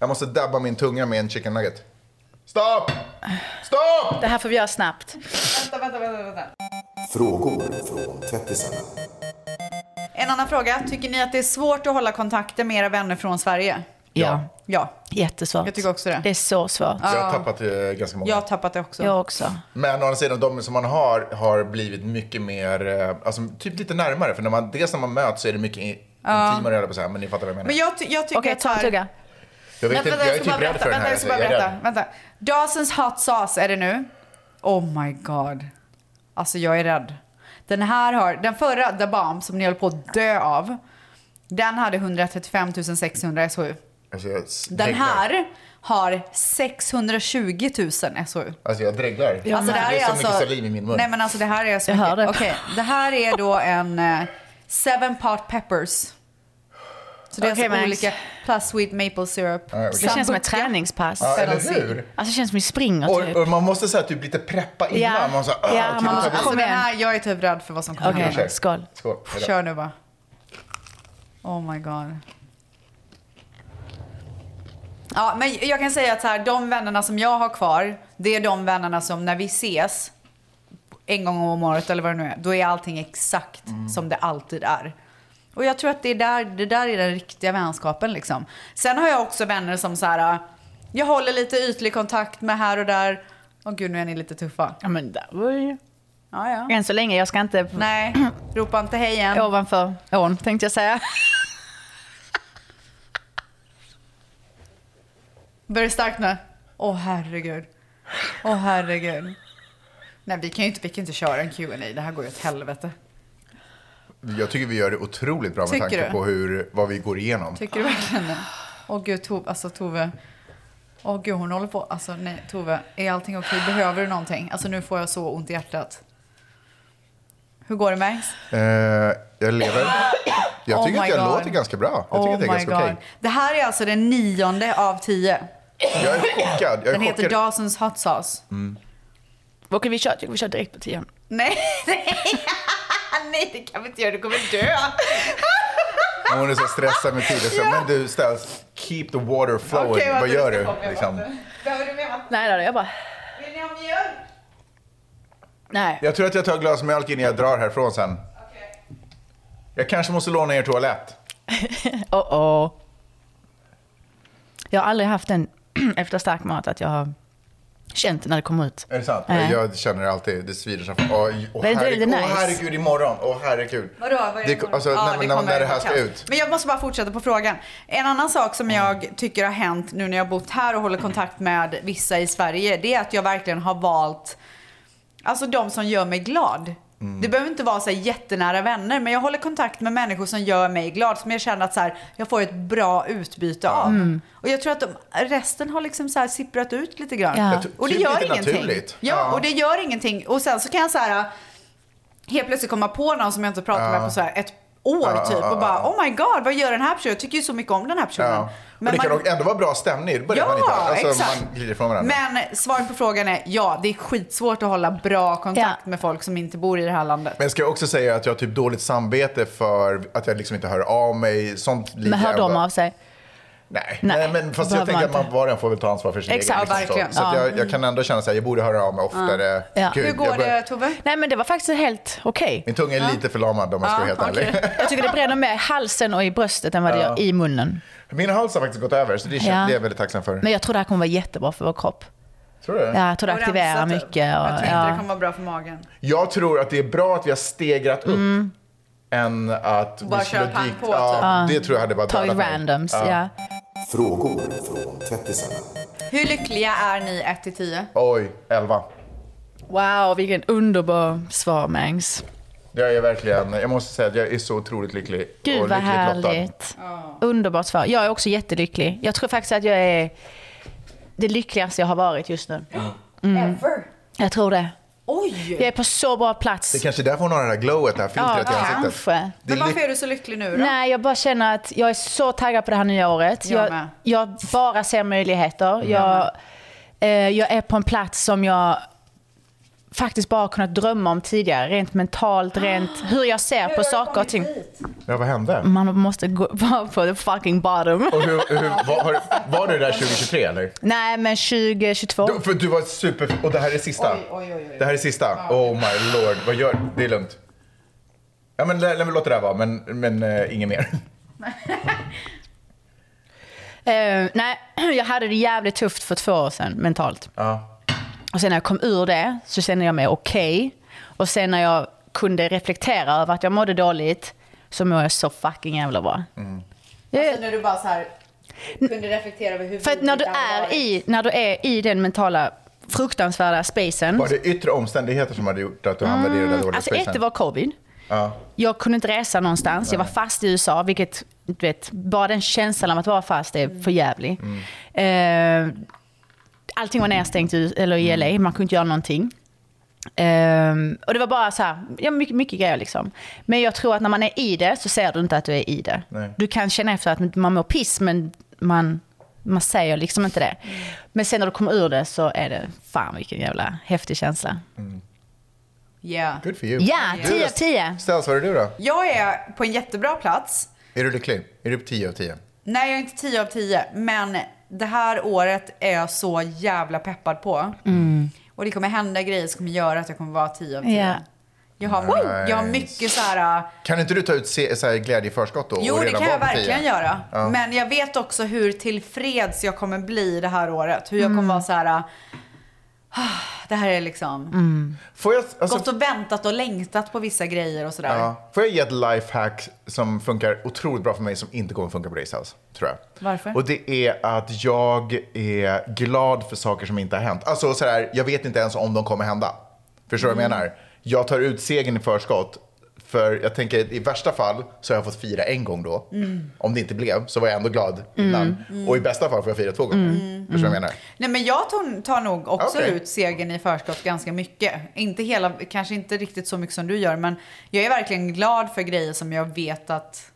[SPEAKER 2] Jag måste dabba min tunga med en chicken nugget. Stopp! Stopp!
[SPEAKER 3] Det här får vi göra snabbt.
[SPEAKER 1] Vänta, vänta, vänta, vänta.
[SPEAKER 13] Frågor från tvättisarna.
[SPEAKER 1] En annan fråga. Tycker ni att det är svårt att hålla kontakten med era vänner från Sverige?
[SPEAKER 3] Ja.
[SPEAKER 1] Ja.
[SPEAKER 3] Jättesvårt.
[SPEAKER 1] Jag tycker också det.
[SPEAKER 3] Det är så svårt.
[SPEAKER 2] Jag har tappat eh, ganska många.
[SPEAKER 1] Jag har tappat det också.
[SPEAKER 3] Jag också.
[SPEAKER 2] Men å andra sidan, de som man har har blivit mycket mer, eh, alltså typ lite närmare. För när man, dels när man möts så är det mycket i-
[SPEAKER 1] Ja.
[SPEAKER 2] intimare, höll jag på att säga, men ni fattar vad jag menar.
[SPEAKER 1] Men jag, ty- jag tycker
[SPEAKER 3] Okej,
[SPEAKER 1] att...
[SPEAKER 3] ta en
[SPEAKER 1] så här-
[SPEAKER 3] tugga.
[SPEAKER 2] jag vet
[SPEAKER 1] Vänta,
[SPEAKER 2] inte,
[SPEAKER 1] vänta,
[SPEAKER 2] jag är
[SPEAKER 1] ska bara
[SPEAKER 2] typ rädd
[SPEAKER 1] berätta,
[SPEAKER 2] för den
[SPEAKER 1] vänta,
[SPEAKER 2] här.
[SPEAKER 1] Jag ska bara
[SPEAKER 2] alltså, jag är
[SPEAKER 1] berätta.
[SPEAKER 2] rädd.
[SPEAKER 1] Vänta. Dawson's hot sauce är det nu. Oh my god. Alltså jag är rädd. Den här har, den förra The Bomb som ni höll på att dö av. Den hade 135 600 SHU.
[SPEAKER 2] Alltså, jag
[SPEAKER 1] Den
[SPEAKER 2] dreglar.
[SPEAKER 1] här har 620 000 SHU.
[SPEAKER 2] Alltså jag dreglar.
[SPEAKER 1] Alltså det här
[SPEAKER 2] är
[SPEAKER 1] är
[SPEAKER 2] så
[SPEAKER 1] alltså...
[SPEAKER 2] mycket saliv i min mun.
[SPEAKER 1] Nej men alltså det här är så
[SPEAKER 3] Jag hör
[SPEAKER 1] mycket.
[SPEAKER 3] det.
[SPEAKER 1] Okej, det här är då en eh, seven pot peppers. Så det är
[SPEAKER 3] Okej,
[SPEAKER 1] alltså
[SPEAKER 3] Max.
[SPEAKER 1] olika plus sweet maple syrup.
[SPEAKER 2] Ja, okej.
[SPEAKER 3] Det känns som ett
[SPEAKER 1] Sambuca.
[SPEAKER 3] träningspass.
[SPEAKER 2] Ja, eller hur?
[SPEAKER 1] typ.
[SPEAKER 3] Alltså det känns som vi springer typ.
[SPEAKER 2] Och, och man måste så här, typ lite preppa innan.
[SPEAKER 3] Ja.
[SPEAKER 2] Man så här, ah,
[SPEAKER 3] Ja,
[SPEAKER 2] okej,
[SPEAKER 3] man
[SPEAKER 2] då tar
[SPEAKER 3] måste-
[SPEAKER 2] vi-
[SPEAKER 1] Alltså,
[SPEAKER 3] Kom
[SPEAKER 1] den
[SPEAKER 3] igen.
[SPEAKER 1] här, jag är typ rädd för vad som kommer
[SPEAKER 3] Okej,
[SPEAKER 1] hända.
[SPEAKER 3] skål.
[SPEAKER 2] Skål. Hejdå.
[SPEAKER 1] Kör nu bara. Oh my god. Ja, men jag kan säga att så här, de vännerna som jag har kvar, det är de vännerna som när vi ses en gång om året eller vad det nu är, då är allting exakt som det alltid är. Och jag tror att det, är där, det där är den riktiga vänskapen liksom. Sen har jag också vänner som så här, jag håller lite ytlig kontakt med här och där. Åh gud, nu är ni lite tuffa.
[SPEAKER 3] Ja, men där var ju...
[SPEAKER 1] Ja, ja.
[SPEAKER 3] Än så länge, jag ska inte
[SPEAKER 1] Nej, ropa inte hej än.
[SPEAKER 3] ovanför ån tänkte jag säga.
[SPEAKER 1] Börjar det starkna? Åh herregud. Åh herregud. Nej vi kan ju inte, vi kan inte köra en Q&A. det här går ju åt helvete.
[SPEAKER 2] Jag tycker vi gör det otroligt bra med
[SPEAKER 1] Tycker
[SPEAKER 2] tanke
[SPEAKER 1] du?
[SPEAKER 2] på hur, vad vi går igenom.
[SPEAKER 1] Tycker du verkligen det? Åh gud Tove, alltså Tove. Åh gud hon håller på, alltså nej Tove, är allting okej? Behöver du någonting? Alltså nu får jag så ont i hjärtat. Hur går det Max?
[SPEAKER 2] Eh, jag lever. Jag
[SPEAKER 1] Oh
[SPEAKER 2] tycker att
[SPEAKER 1] my
[SPEAKER 2] jag
[SPEAKER 1] God.
[SPEAKER 2] låter ganska bra. Jag tycker
[SPEAKER 1] oh
[SPEAKER 2] att det är
[SPEAKER 1] my
[SPEAKER 2] ganska okej.
[SPEAKER 1] god. Det här är alltså den nionde av tio.
[SPEAKER 2] Jag är chockad. Jag Mm. är
[SPEAKER 1] Den heter
[SPEAKER 2] chockad.
[SPEAKER 1] Dawson's Hot Sauce.
[SPEAKER 3] Okej, vi kör, tycker vi kör direkt på tian.
[SPEAKER 1] Nej, nej, nej det kan vi inte göra, du kommer dö.
[SPEAKER 2] Hon är så stressad med tiden. Så, Men du ställs, keep the water flowing.
[SPEAKER 1] Okej, vänta,
[SPEAKER 2] vad gör
[SPEAKER 1] nu ska jag komma
[SPEAKER 2] du?
[SPEAKER 1] med
[SPEAKER 2] Liksom?
[SPEAKER 1] Behöver du mer vatten?
[SPEAKER 3] Nej då, jag bara...
[SPEAKER 1] Vill ni ha mjölk?
[SPEAKER 3] Nej.
[SPEAKER 2] Jag tror att jag tar ett glas mjölk innan jag drar härifrån sen. Jag kanske måste låna er toalett.
[SPEAKER 3] Oh oh. Jag har aldrig haft en efter stark mat att jag har känt när det kommer ut.
[SPEAKER 2] Är det sant?
[SPEAKER 3] Nej.
[SPEAKER 2] Jag känner det alltid, det svider så fan. Åh, åh,
[SPEAKER 3] det är
[SPEAKER 2] herregud,
[SPEAKER 3] nice.
[SPEAKER 2] åh herregud, imorgon. Åh herregud.
[SPEAKER 1] Vadå, vad är det imorgon?
[SPEAKER 2] alltså, när, när,
[SPEAKER 1] kommer
[SPEAKER 2] när det här ska
[SPEAKER 1] kaos.
[SPEAKER 2] ut.
[SPEAKER 1] Men jag måste bara fortsätta på frågan. En annan sak som
[SPEAKER 3] Mm.
[SPEAKER 1] jag tycker har hänt nu när jag har bott här och håller kontakt med vissa i Sverige, det är att jag verkligen har valt Alltså de som gör mig glad.
[SPEAKER 3] Mm.
[SPEAKER 1] Det behöver inte vara så här jättenära vänner, men jag håller kontakt med människor som gör mig glad, som jag känner att så här, jag får ett bra utbyte av.
[SPEAKER 3] Mm.
[SPEAKER 1] Och jag tror att de, resten har liksom så här sipprat ut lite grann.
[SPEAKER 3] Ja. Jag tror-
[SPEAKER 1] Och det
[SPEAKER 3] typ
[SPEAKER 1] gör
[SPEAKER 3] lite
[SPEAKER 1] ingenting.
[SPEAKER 3] naturligt.
[SPEAKER 1] Ja,
[SPEAKER 3] Ja.
[SPEAKER 1] och det gör ingenting. Och sen så kan jag så här, helt plötsligt komma på någon som jag inte pratat
[SPEAKER 2] Ja.
[SPEAKER 1] med på så här ett år
[SPEAKER 2] Ja,
[SPEAKER 1] typ
[SPEAKER 2] ja,
[SPEAKER 1] och bara
[SPEAKER 2] ja.
[SPEAKER 1] oh my god, vad gör den här personen? Jag tycker ju så mycket om den här personen.
[SPEAKER 2] Ja. Men
[SPEAKER 1] Men
[SPEAKER 2] det kan
[SPEAKER 1] man-
[SPEAKER 2] dock ändå vara bra stämning. Bara det att man inte,
[SPEAKER 1] Ja,
[SPEAKER 2] alltså,
[SPEAKER 1] exakt.
[SPEAKER 2] Man glider ifrån varandra.
[SPEAKER 1] Men svaret på frågan är ja, det är skitsvårt att hålla bra kontakt med folk som inte bor i det här landet.
[SPEAKER 2] Men jag ska också säga att jag har typ dåligt samvete för att jag liksom inte hör av mig. Sånt ligger
[SPEAKER 3] Men hör
[SPEAKER 2] jag
[SPEAKER 3] de
[SPEAKER 2] bara-
[SPEAKER 3] av sig?
[SPEAKER 2] Nej.
[SPEAKER 3] Nej,
[SPEAKER 2] Nej, men fast
[SPEAKER 3] behöver
[SPEAKER 2] jag tänker
[SPEAKER 3] man
[SPEAKER 2] att man var och en får väl ta ansvar för sin
[SPEAKER 3] Exakt,
[SPEAKER 2] egen. liksom,
[SPEAKER 3] verkligen.
[SPEAKER 2] Så, så att
[SPEAKER 3] Ja.
[SPEAKER 2] jag, jag kan ändå känna att jag borde höra av mig oftare.
[SPEAKER 3] Ja.
[SPEAKER 2] Gud, jag börjar-
[SPEAKER 1] Tove?
[SPEAKER 3] Nej men det var faktiskt helt okej.
[SPEAKER 2] Min tunga är lite förlamad om jag ska vara helt ärlig.
[SPEAKER 3] Jag tycker det bränner mer i halsen och i bröstet än vad det
[SPEAKER 2] Ja.
[SPEAKER 3] gör i munnen.
[SPEAKER 2] Min hals har faktiskt gått över, så det, känns,
[SPEAKER 3] Ja.
[SPEAKER 2] det är jag väldigt tacksam för.
[SPEAKER 3] Men jag tror det här kommer vara jättebra för vår kropp.
[SPEAKER 2] Tror du det?
[SPEAKER 3] Ja, jag tror det
[SPEAKER 1] Och
[SPEAKER 3] aktiverar
[SPEAKER 1] rensa, typ.
[SPEAKER 3] mycket. Och,
[SPEAKER 1] Jag tror inte det
[SPEAKER 3] ja.
[SPEAKER 1] kommer vara bra för magen.
[SPEAKER 2] Jag tror att det är bra att vi har stegrat upp
[SPEAKER 3] Mm.
[SPEAKER 2] än att
[SPEAKER 1] Bara
[SPEAKER 2] vi skulle
[SPEAKER 1] köra pang
[SPEAKER 2] dykt-
[SPEAKER 1] på,
[SPEAKER 2] Ja,
[SPEAKER 3] typ.
[SPEAKER 2] det tror jag hade varit
[SPEAKER 3] Tagit
[SPEAKER 2] dödat mig.
[SPEAKER 3] randoms, ja.
[SPEAKER 13] Frågor från tvättisarna.
[SPEAKER 1] Hur lyckliga är ni 1 till 10?
[SPEAKER 2] Oj, 11.
[SPEAKER 3] Wow, vilken underbar svar Mangs.
[SPEAKER 2] Jag är verkligen, jag måste säga att jag är så otroligt lycklig.
[SPEAKER 3] Gud
[SPEAKER 2] och
[SPEAKER 3] vad
[SPEAKER 2] lyckligt lottad.
[SPEAKER 3] härligt. Underbart svar. Jag är också jättelycklig. Jag tror faktiskt att jag är det lyckligaste jag har varit just nu. Mm.
[SPEAKER 1] Ever?
[SPEAKER 3] Jag tror det.
[SPEAKER 1] Oj!
[SPEAKER 3] Jag är på så bra plats.
[SPEAKER 2] Det är kanske är därför hon har det här glowet, det här filtret i ansiktet.
[SPEAKER 3] kanske.
[SPEAKER 2] Det är
[SPEAKER 1] Varför är du så lycklig nu då?
[SPEAKER 3] Nej, jag bara känner att jag är så taggad på det här nya året.
[SPEAKER 1] Jag
[SPEAKER 3] Jag,
[SPEAKER 1] med.
[SPEAKER 3] jag bara ser möjligheter. Jag, eh, jag är på en plats som jag faktiskt bara kunnat drömma om tidigare. Rent mentalt, rent hur jag ser på saker och ting.
[SPEAKER 2] Ja, vad hände?
[SPEAKER 3] Man måste gå, vara på the fucking bottom.
[SPEAKER 2] Och hur, hur, var, har- var du där 2023 eller?
[SPEAKER 3] Nej, men 2022.
[SPEAKER 2] Du, för du var super... Och det här är sista. Det här är sista. Oh my lord. Vad gör... Det är lugnt. Ja, men lä- lä- låt det där vara, men, men eh, inget mer.
[SPEAKER 3] Eh, nej, jag hade det jävligt tufft för två år sedan mentalt. Och sen när jag kom ur det så kände jag mig okej. Och sen när jag kunde reflektera över att jag mådde dåligt så mår jag så fucking jävla bra.
[SPEAKER 1] Alltså när du bara så här kunde reflektera över hur
[SPEAKER 3] För att när du, är i, när du är i den mentala fruktansvärda spacen.
[SPEAKER 2] Var det yttre omständigheter som hade gjort att du hamnade i det där dåliga
[SPEAKER 3] alltså
[SPEAKER 2] spacen?
[SPEAKER 3] ett, det var covid.
[SPEAKER 2] Ja.
[SPEAKER 3] Jag kunde inte resa någonstans. Jag var fast i USA, vilket du vet, bara den känslan av att vara fast är för jävlig. Eh, allting var nedstängt i, eller i LA, man kunde inte göra någonting. Ehm, och det var bara så här, ja, mycket, mycket grejer liksom. Men jag tror att när man är i det så ser du inte att du är i det.
[SPEAKER 14] Nej.
[SPEAKER 3] Du kan känna efter att man mår piss men man, man säger liksom inte det. Men sen när du kommer ur det så är det, fan vilken jävla häftig känsla.
[SPEAKER 1] Yeah.
[SPEAKER 2] Good for you.
[SPEAKER 3] Ja,
[SPEAKER 2] Du
[SPEAKER 3] 10
[SPEAKER 2] då,
[SPEAKER 3] av 10.
[SPEAKER 2] Stels, vad är du då?
[SPEAKER 1] Jag är på en jättebra plats.
[SPEAKER 2] Är du lycklig? Är du på 10 av 10?
[SPEAKER 1] Nej, jag är inte 10 av 10, men det här året är jag så jävla peppad på. Och det kommer hända grejer som kommer göra att jag kommer vara 10 av 10.
[SPEAKER 3] Ja.
[SPEAKER 1] Jag, har,
[SPEAKER 2] Nice.
[SPEAKER 1] jag har mycket så här... äh,
[SPEAKER 2] Kan inte du ta ut se- så här glädje i förskott då? och
[SPEAKER 1] Jo, det
[SPEAKER 2] redan
[SPEAKER 1] kan jag
[SPEAKER 2] vara på 10?
[SPEAKER 1] verkligen göra.
[SPEAKER 2] Ja.
[SPEAKER 1] Men jag vet också hur tillfreds jag kommer bli det här året. Hur jag kommer vara så här... "Ah, Det här är liksom...
[SPEAKER 2] Får jag, alltså,
[SPEAKER 1] Gått och väntat och längtat på vissa grejer och sådär.
[SPEAKER 2] ja. Får jag ge ett lifehack som funkar otroligt bra för mig som inte kommer att funka på Racehouse, tror jag.
[SPEAKER 1] Varför?
[SPEAKER 2] Och det är att jag är glad för saker som inte har hänt. Alltså sådär, jag vet inte ens om de kommer hända. Förstår du vad jag
[SPEAKER 1] Mm.
[SPEAKER 2] menar? Jag tar ut segern i förskott. För jag tänker i värsta fall så har jag fått fira en gång då. Mm. Om det inte blev så var jag ändå glad innan.
[SPEAKER 1] Mm.
[SPEAKER 2] Och i bästa fall får jag fira två gånger. Förstår du vad jag menar?
[SPEAKER 1] Nej men jag tar, tar nog också
[SPEAKER 2] Okej.
[SPEAKER 1] ut segern i förskott ganska mycket. Inte hela, kanske inte riktigt så mycket som du gör men jag är verkligen glad för grejer som jag vet att...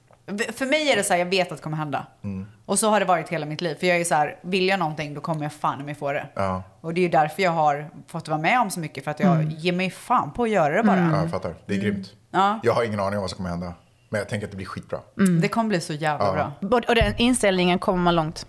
[SPEAKER 1] För mig är det så här, jag vet att det kommer hända.
[SPEAKER 2] Mm.
[SPEAKER 1] Och så har det varit hela mitt liv. För jag är så här, vill jag någonting då kommer jag fan i mig få det.
[SPEAKER 2] Ja.
[SPEAKER 1] Och det är ju därför jag har fått vara med om så mycket. För att
[SPEAKER 3] Mm.
[SPEAKER 1] jag ger mig fan på att göra det bara.
[SPEAKER 2] Ja, jag fattar. Det är grymt.
[SPEAKER 1] Ja.
[SPEAKER 2] Jag har ingen aning om vad som kommer hända. Men jag tänker att det blir skitbra.
[SPEAKER 3] Mm.
[SPEAKER 1] Det kommer bli så jävla
[SPEAKER 2] Ja.
[SPEAKER 1] bra.
[SPEAKER 3] Både- Och den inställningen kommer man långt.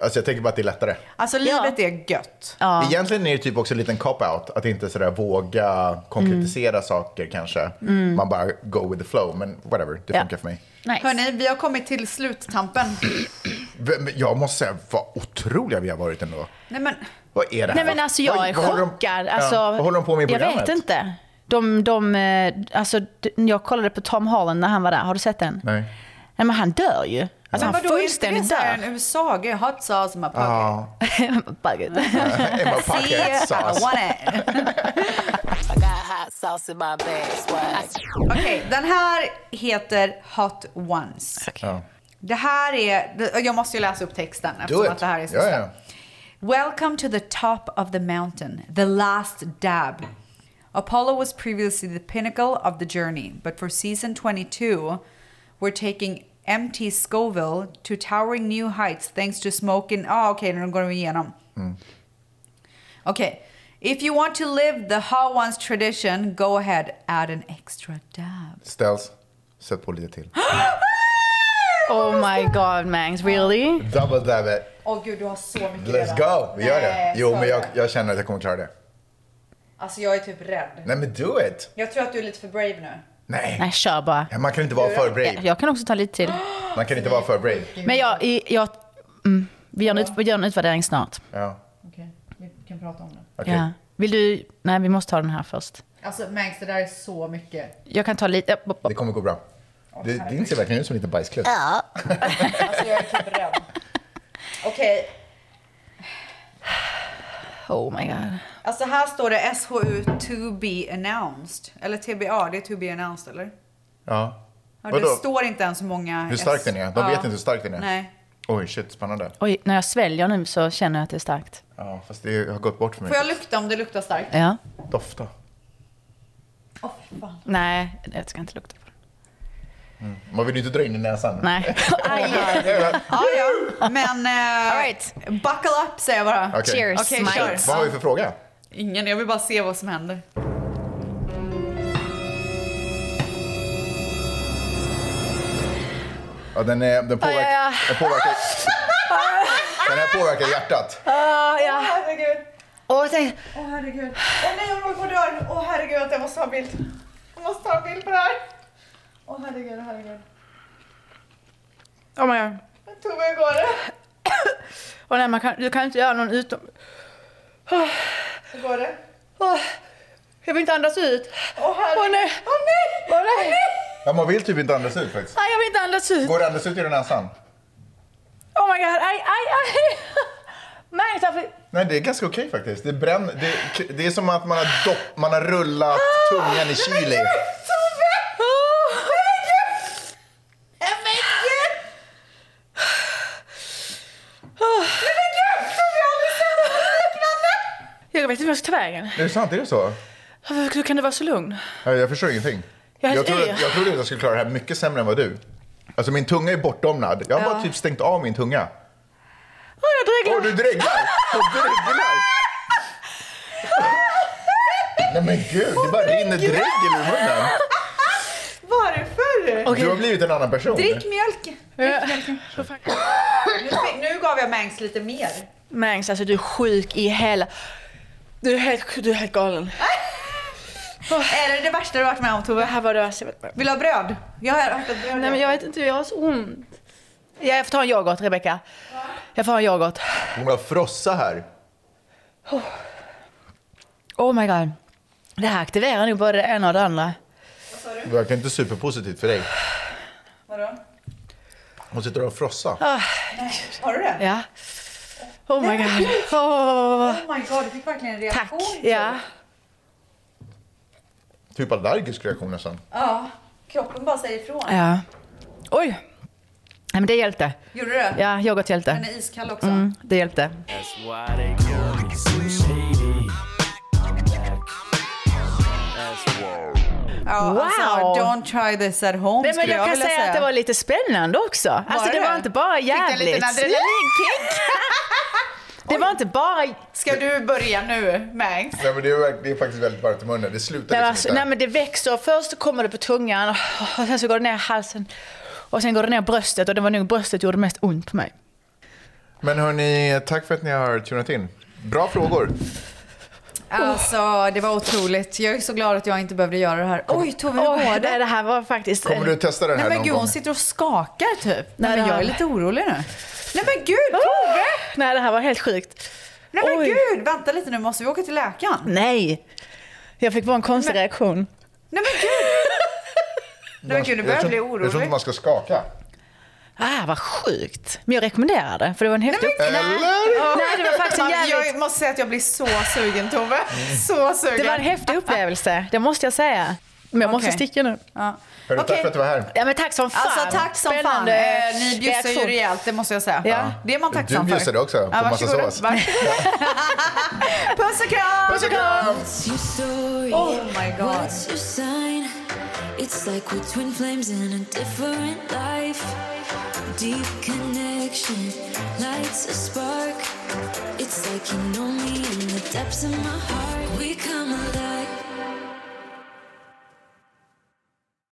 [SPEAKER 2] Alltså jag tänker bara att det är lättare.
[SPEAKER 1] Alltså livet är gött.
[SPEAKER 2] Egentligen är det typ också en liten cop-out. Att inte sådär våga konkretisera saker kanske.
[SPEAKER 1] Mm.
[SPEAKER 2] Man bara go with the flow. Men whatever, det
[SPEAKER 1] Ja.
[SPEAKER 2] funkar för mig.
[SPEAKER 1] Hörni, vi har kommit till sluttampen.
[SPEAKER 2] V- men Jag måste säga vad otroliga vi har varit ändå.
[SPEAKER 1] Nej men,
[SPEAKER 2] Vad är det här?
[SPEAKER 3] Nej men alltså jag
[SPEAKER 2] Vad-
[SPEAKER 3] är
[SPEAKER 2] vad håller de-
[SPEAKER 3] chockad.
[SPEAKER 2] Ja,
[SPEAKER 3] Alltså,
[SPEAKER 2] vad håller de på med i programmet?
[SPEAKER 3] Jag vet inte. De, de, eh, alltså, d- jag kollade på Tom Holland när han var där. Har du sett den?
[SPEAKER 2] Nej.
[SPEAKER 3] men han dör ju. Alltså,
[SPEAKER 1] men
[SPEAKER 3] han
[SPEAKER 1] vadå, är inte det
[SPEAKER 3] fullständigt
[SPEAKER 1] så här
[SPEAKER 3] dör.
[SPEAKER 1] en USA-grej? Hot sauce, my pocket.
[SPEAKER 3] Bugget.
[SPEAKER 1] See, I want it.
[SPEAKER 14] I got hot sauce in my bag. Swag.
[SPEAKER 1] Okej, den här heter Hot Ones.
[SPEAKER 2] Ja.
[SPEAKER 1] Det här är... Jag måste ju läsa upp texten eftersom att det här är sista.
[SPEAKER 2] ja, ja.
[SPEAKER 1] Welcome to the top of the mountain, the last dab. Apollo was previously the pinnacle of the journey, but for season 22, we're taking MT Scoville to towering new heights thanks to smoking. Ah, okej, nu går vi igenom.
[SPEAKER 2] Mm.
[SPEAKER 1] Okej. If you want to live the How One's tradition, go ahead, add an extra dab.
[SPEAKER 2] Ställs, sätt på lite till.
[SPEAKER 3] Oh my god Mangs, really?
[SPEAKER 2] Double dab it.
[SPEAKER 1] Åh gud, du har så mycket
[SPEAKER 2] Let's
[SPEAKER 1] redan.
[SPEAKER 2] go. Vi gör det.
[SPEAKER 1] Nej,
[SPEAKER 2] Jo,
[SPEAKER 1] sa
[SPEAKER 2] men jag,
[SPEAKER 1] det.
[SPEAKER 2] jag känner att jag kommer klara det.
[SPEAKER 1] Alltså jag är typ rädd.
[SPEAKER 2] Nej, men do it.
[SPEAKER 1] Jag tror att du är lite för brave nu.
[SPEAKER 2] Nej.
[SPEAKER 3] Nej, kör bara.
[SPEAKER 2] Man kan inte vara för brave.
[SPEAKER 3] Jag kan också ta lite till.
[SPEAKER 2] Man kan inte vara för brave.
[SPEAKER 3] Men jag... i- jag mm, vi, gör en ut, vi gör en utvärdering snart.
[SPEAKER 2] Ja.
[SPEAKER 1] Okej, vi kan prata om det.
[SPEAKER 3] Ja. Vill du... Nej, vi måste ta den här först.
[SPEAKER 1] Alltså Mangs, det där är så mycket.
[SPEAKER 3] Jag kan ta lite...
[SPEAKER 2] Det kommer gå bra. Det, din ser verkligen ut som en liten bajsklutt.
[SPEAKER 1] Alltså jag är typ rädd. Okej,
[SPEAKER 3] Oh my god.
[SPEAKER 1] alltså här står det SHU to be announced. Eller TBA, det är to be announced eller?
[SPEAKER 2] Ja.
[SPEAKER 1] Ja, det
[SPEAKER 2] Vadå?
[SPEAKER 1] står inte ens hur många...
[SPEAKER 2] Hur stark den är? De
[SPEAKER 1] Ja.
[SPEAKER 2] vet inte hur stark den är.
[SPEAKER 1] Nej.
[SPEAKER 2] Oj, shit, spännande.
[SPEAKER 3] Oj, när jag sväljer nu så känner jag att det är starkt.
[SPEAKER 2] Ja, fast det har gått bort för mig.
[SPEAKER 1] Får jag lukta om det luktar starkt?
[SPEAKER 3] Ja.
[SPEAKER 2] Dofta.
[SPEAKER 3] Nej, jag ska inte lukta på det.
[SPEAKER 2] Mm. Man vill ju inte dra in i näsan.
[SPEAKER 3] Nej.
[SPEAKER 1] Ja, ja. Men... Eh, Buckle up säger jag bara.
[SPEAKER 2] Okej.
[SPEAKER 1] Okej, kör.
[SPEAKER 2] Vad har vi för fråga?
[SPEAKER 1] Ingen, jag vill bara se vad som händer.
[SPEAKER 2] Ja, den, är, den, påverkar,
[SPEAKER 3] Ja, ja, ja.
[SPEAKER 2] den påverkar... Den här påverkar hjärtat.
[SPEAKER 3] Åh,
[SPEAKER 1] Åh
[SPEAKER 3] Ah, ja.
[SPEAKER 1] herregud.
[SPEAKER 3] Åh, tänk-
[SPEAKER 1] Åh herregud. Åh nej, jag håller på att dö. Åh herregud, vänta, jag måste ta en bild. Jag måste ta en bild på det här. Åh herregud, herregud.
[SPEAKER 3] oh my god.
[SPEAKER 1] Tove, hur går det?
[SPEAKER 3] Åh, nej, man kan, du kan inte göra någon utom...
[SPEAKER 1] Hur går det?
[SPEAKER 3] Åh, jag vill inte andas ut.
[SPEAKER 1] Åh herregud.
[SPEAKER 3] Åh nej!
[SPEAKER 1] Åh nej!
[SPEAKER 3] Åh nej!
[SPEAKER 2] Ja, man vill typ inte andas ut faktiskt.
[SPEAKER 3] Aj, jag vill inte andas ut.
[SPEAKER 2] Går det att andas ut genom näsan?
[SPEAKER 3] Oh my god, aj, aj, aj! Nej, varför...
[SPEAKER 2] Nej, det är ganska okej faktiskt. Det, bränner, det, det är som att man har, dopp, man har rullat
[SPEAKER 3] Ah!
[SPEAKER 2] tungan i chili.
[SPEAKER 1] Tove! Herregud! Nej, men gud! Nej, men gud! Tove, jag har aldrig sett något liknande!
[SPEAKER 3] Jag vet inte vart jag ska ta vägen.
[SPEAKER 2] Är det sant? Är det så?
[SPEAKER 3] Hur kan du vara så lugn?
[SPEAKER 2] Ja, Jag förstår ingenting.
[SPEAKER 3] Jag-
[SPEAKER 2] Jag trodde,
[SPEAKER 3] ja.
[SPEAKER 2] jag trodde att jag skulle klara det här mycket sämre än vad du. Alltså min tunga är bortdomnad. Jag har bara
[SPEAKER 3] Ja.
[SPEAKER 2] typ stängt av min tunga.
[SPEAKER 3] Åh, jag dreglar.
[SPEAKER 2] Åh, du dreglar! Du dreglar! Nej men gud, det bara rinner dregel ur munnen.
[SPEAKER 1] Varför?
[SPEAKER 2] Du har blivit en annan person.
[SPEAKER 1] Drick mjölk! Drick mjölk. Nu, fick- nu gav jag Mangs lite mer.
[SPEAKER 3] Mangs, alltså du är sjuk i hela... Du är helt, du är helt galen.
[SPEAKER 1] Är det det värsta du varit med om
[SPEAKER 3] Det
[SPEAKER 1] Tove?
[SPEAKER 3] här var det värsta jag varit med om.
[SPEAKER 1] Vill du ha bröd? Jag har hört att bröd
[SPEAKER 3] Nej men jag vet inte, jag har så ont. Ja, jag får ta en yoghurt, Rebecka. Jag får ha en yoghurt.
[SPEAKER 2] Hon har frossa här.
[SPEAKER 3] Oh my god. Det här aktiverar nog både det ena och det andra.
[SPEAKER 2] Det verkar inte superpositivt för dig.
[SPEAKER 1] Vadå?
[SPEAKER 2] Hon sitter och har frossa.
[SPEAKER 3] Ah,
[SPEAKER 1] Har du det?
[SPEAKER 3] ja. Oh my god. Oh.
[SPEAKER 1] Oh my god, du fick verkligen en
[SPEAKER 3] Tack.
[SPEAKER 1] reaktion.
[SPEAKER 3] Ja.
[SPEAKER 2] Typ allergisk reaktion nästan.
[SPEAKER 1] Ja, kroppen bara säger ifrån.
[SPEAKER 3] ja. Oj. Nej men det hjälpte.
[SPEAKER 1] Gjorde du det?
[SPEAKER 3] Ja, yoghurt
[SPEAKER 1] Den
[SPEAKER 3] hjälpte.
[SPEAKER 1] är iskall också.
[SPEAKER 3] Mm, det hjälpte.
[SPEAKER 14] That's why they call me Sushi. I'm back. That's why.
[SPEAKER 1] Ja,
[SPEAKER 3] Wow.
[SPEAKER 1] alltså, don't try this at home
[SPEAKER 3] Nej, men
[SPEAKER 1] skulle
[SPEAKER 3] jag kan
[SPEAKER 1] vilja
[SPEAKER 3] säga, att det var lite spännande också. alltså det,
[SPEAKER 1] det?
[SPEAKER 3] var inte bara
[SPEAKER 1] Fick jag en
[SPEAKER 3] jävligt.
[SPEAKER 1] liten adrenalinkick?
[SPEAKER 3] det var inte bara...
[SPEAKER 1] Ska du börja nu, Mangs?
[SPEAKER 2] Nej men det är, verk- det är faktiskt väldigt varmt i munnen. Det slutar
[SPEAKER 3] Det
[SPEAKER 2] liksom
[SPEAKER 3] var,
[SPEAKER 1] alltså,
[SPEAKER 3] så-
[SPEAKER 2] inte.
[SPEAKER 3] alltså, nej men det växer, först kommer det på tungan och, och sen så går det ner i halsen. Och sen går det ner i bröstet och det var nog bröstet gjorde mest ont på mig.
[SPEAKER 2] Men hörni, tack för att ni har tunat in. Bra frågor.
[SPEAKER 3] Oh.
[SPEAKER 1] Alltså, det var otroligt. Jag är så glad att jag inte behövde göra det här. Oj, Tove, hur
[SPEAKER 3] Oj,
[SPEAKER 1] går
[SPEAKER 3] det,
[SPEAKER 1] det?
[SPEAKER 3] det här var faktiskt...
[SPEAKER 2] Kommer du testa den här
[SPEAKER 1] Nej men
[SPEAKER 2] någon
[SPEAKER 1] gud,
[SPEAKER 2] gång?
[SPEAKER 1] hon sitter och skakar typ. Nej,
[SPEAKER 3] det
[SPEAKER 1] men jag
[SPEAKER 3] har-
[SPEAKER 1] är lite orolig nu. Ah! Nej men gud, Tove!
[SPEAKER 3] Nej, det här var helt sjukt.
[SPEAKER 1] Nej men
[SPEAKER 3] Oj.
[SPEAKER 1] gud, vänta lite nu, måste vi åka till läkaren?
[SPEAKER 3] Nej! Jag fick bara en konstig reaktion.
[SPEAKER 1] Nej men gud! Nej men gud, nu börjar jag bli
[SPEAKER 2] Jag tror inte
[SPEAKER 1] orolig.
[SPEAKER 2] man ska skaka.
[SPEAKER 3] Ah, vad sjukt. Men jag rekommenderar det, för det var en häftig
[SPEAKER 1] Nej, men-
[SPEAKER 3] upplevelse.
[SPEAKER 1] Eller?
[SPEAKER 3] Nej, det var faktiskt en
[SPEAKER 1] Man-
[SPEAKER 3] jävligt...
[SPEAKER 1] Jag måste säga att jag blir så sugen Tove.
[SPEAKER 2] Mm.
[SPEAKER 1] Så sugen.
[SPEAKER 3] Det var en häftig upplevelse, det måste jag säga. Men jag måste
[SPEAKER 1] Okej.
[SPEAKER 3] sticka nu.
[SPEAKER 1] Ja.
[SPEAKER 2] Hörru, tack för att du var här.
[SPEAKER 3] Ja, men tack som fan.
[SPEAKER 1] Alltså tack som
[SPEAKER 3] Spännande
[SPEAKER 1] fan. Eh, ni bjussar ju
[SPEAKER 3] reaktion.
[SPEAKER 1] rejält, det måste jag säga.
[SPEAKER 3] Ja.
[SPEAKER 1] Det är man tacksam
[SPEAKER 2] Du
[SPEAKER 1] för.
[SPEAKER 2] bjussade också på massa
[SPEAKER 1] varsågoda.
[SPEAKER 2] sås.
[SPEAKER 1] Varsågoda. Puss och kram!
[SPEAKER 4] Puss och
[SPEAKER 1] kram!
[SPEAKER 4] What's your story?
[SPEAKER 1] Oh my God.
[SPEAKER 4] What's your sign? It's like we're twin flames in a different life. Deep connection lights a spark. It's like you know me in the depths of my heart. We come alive.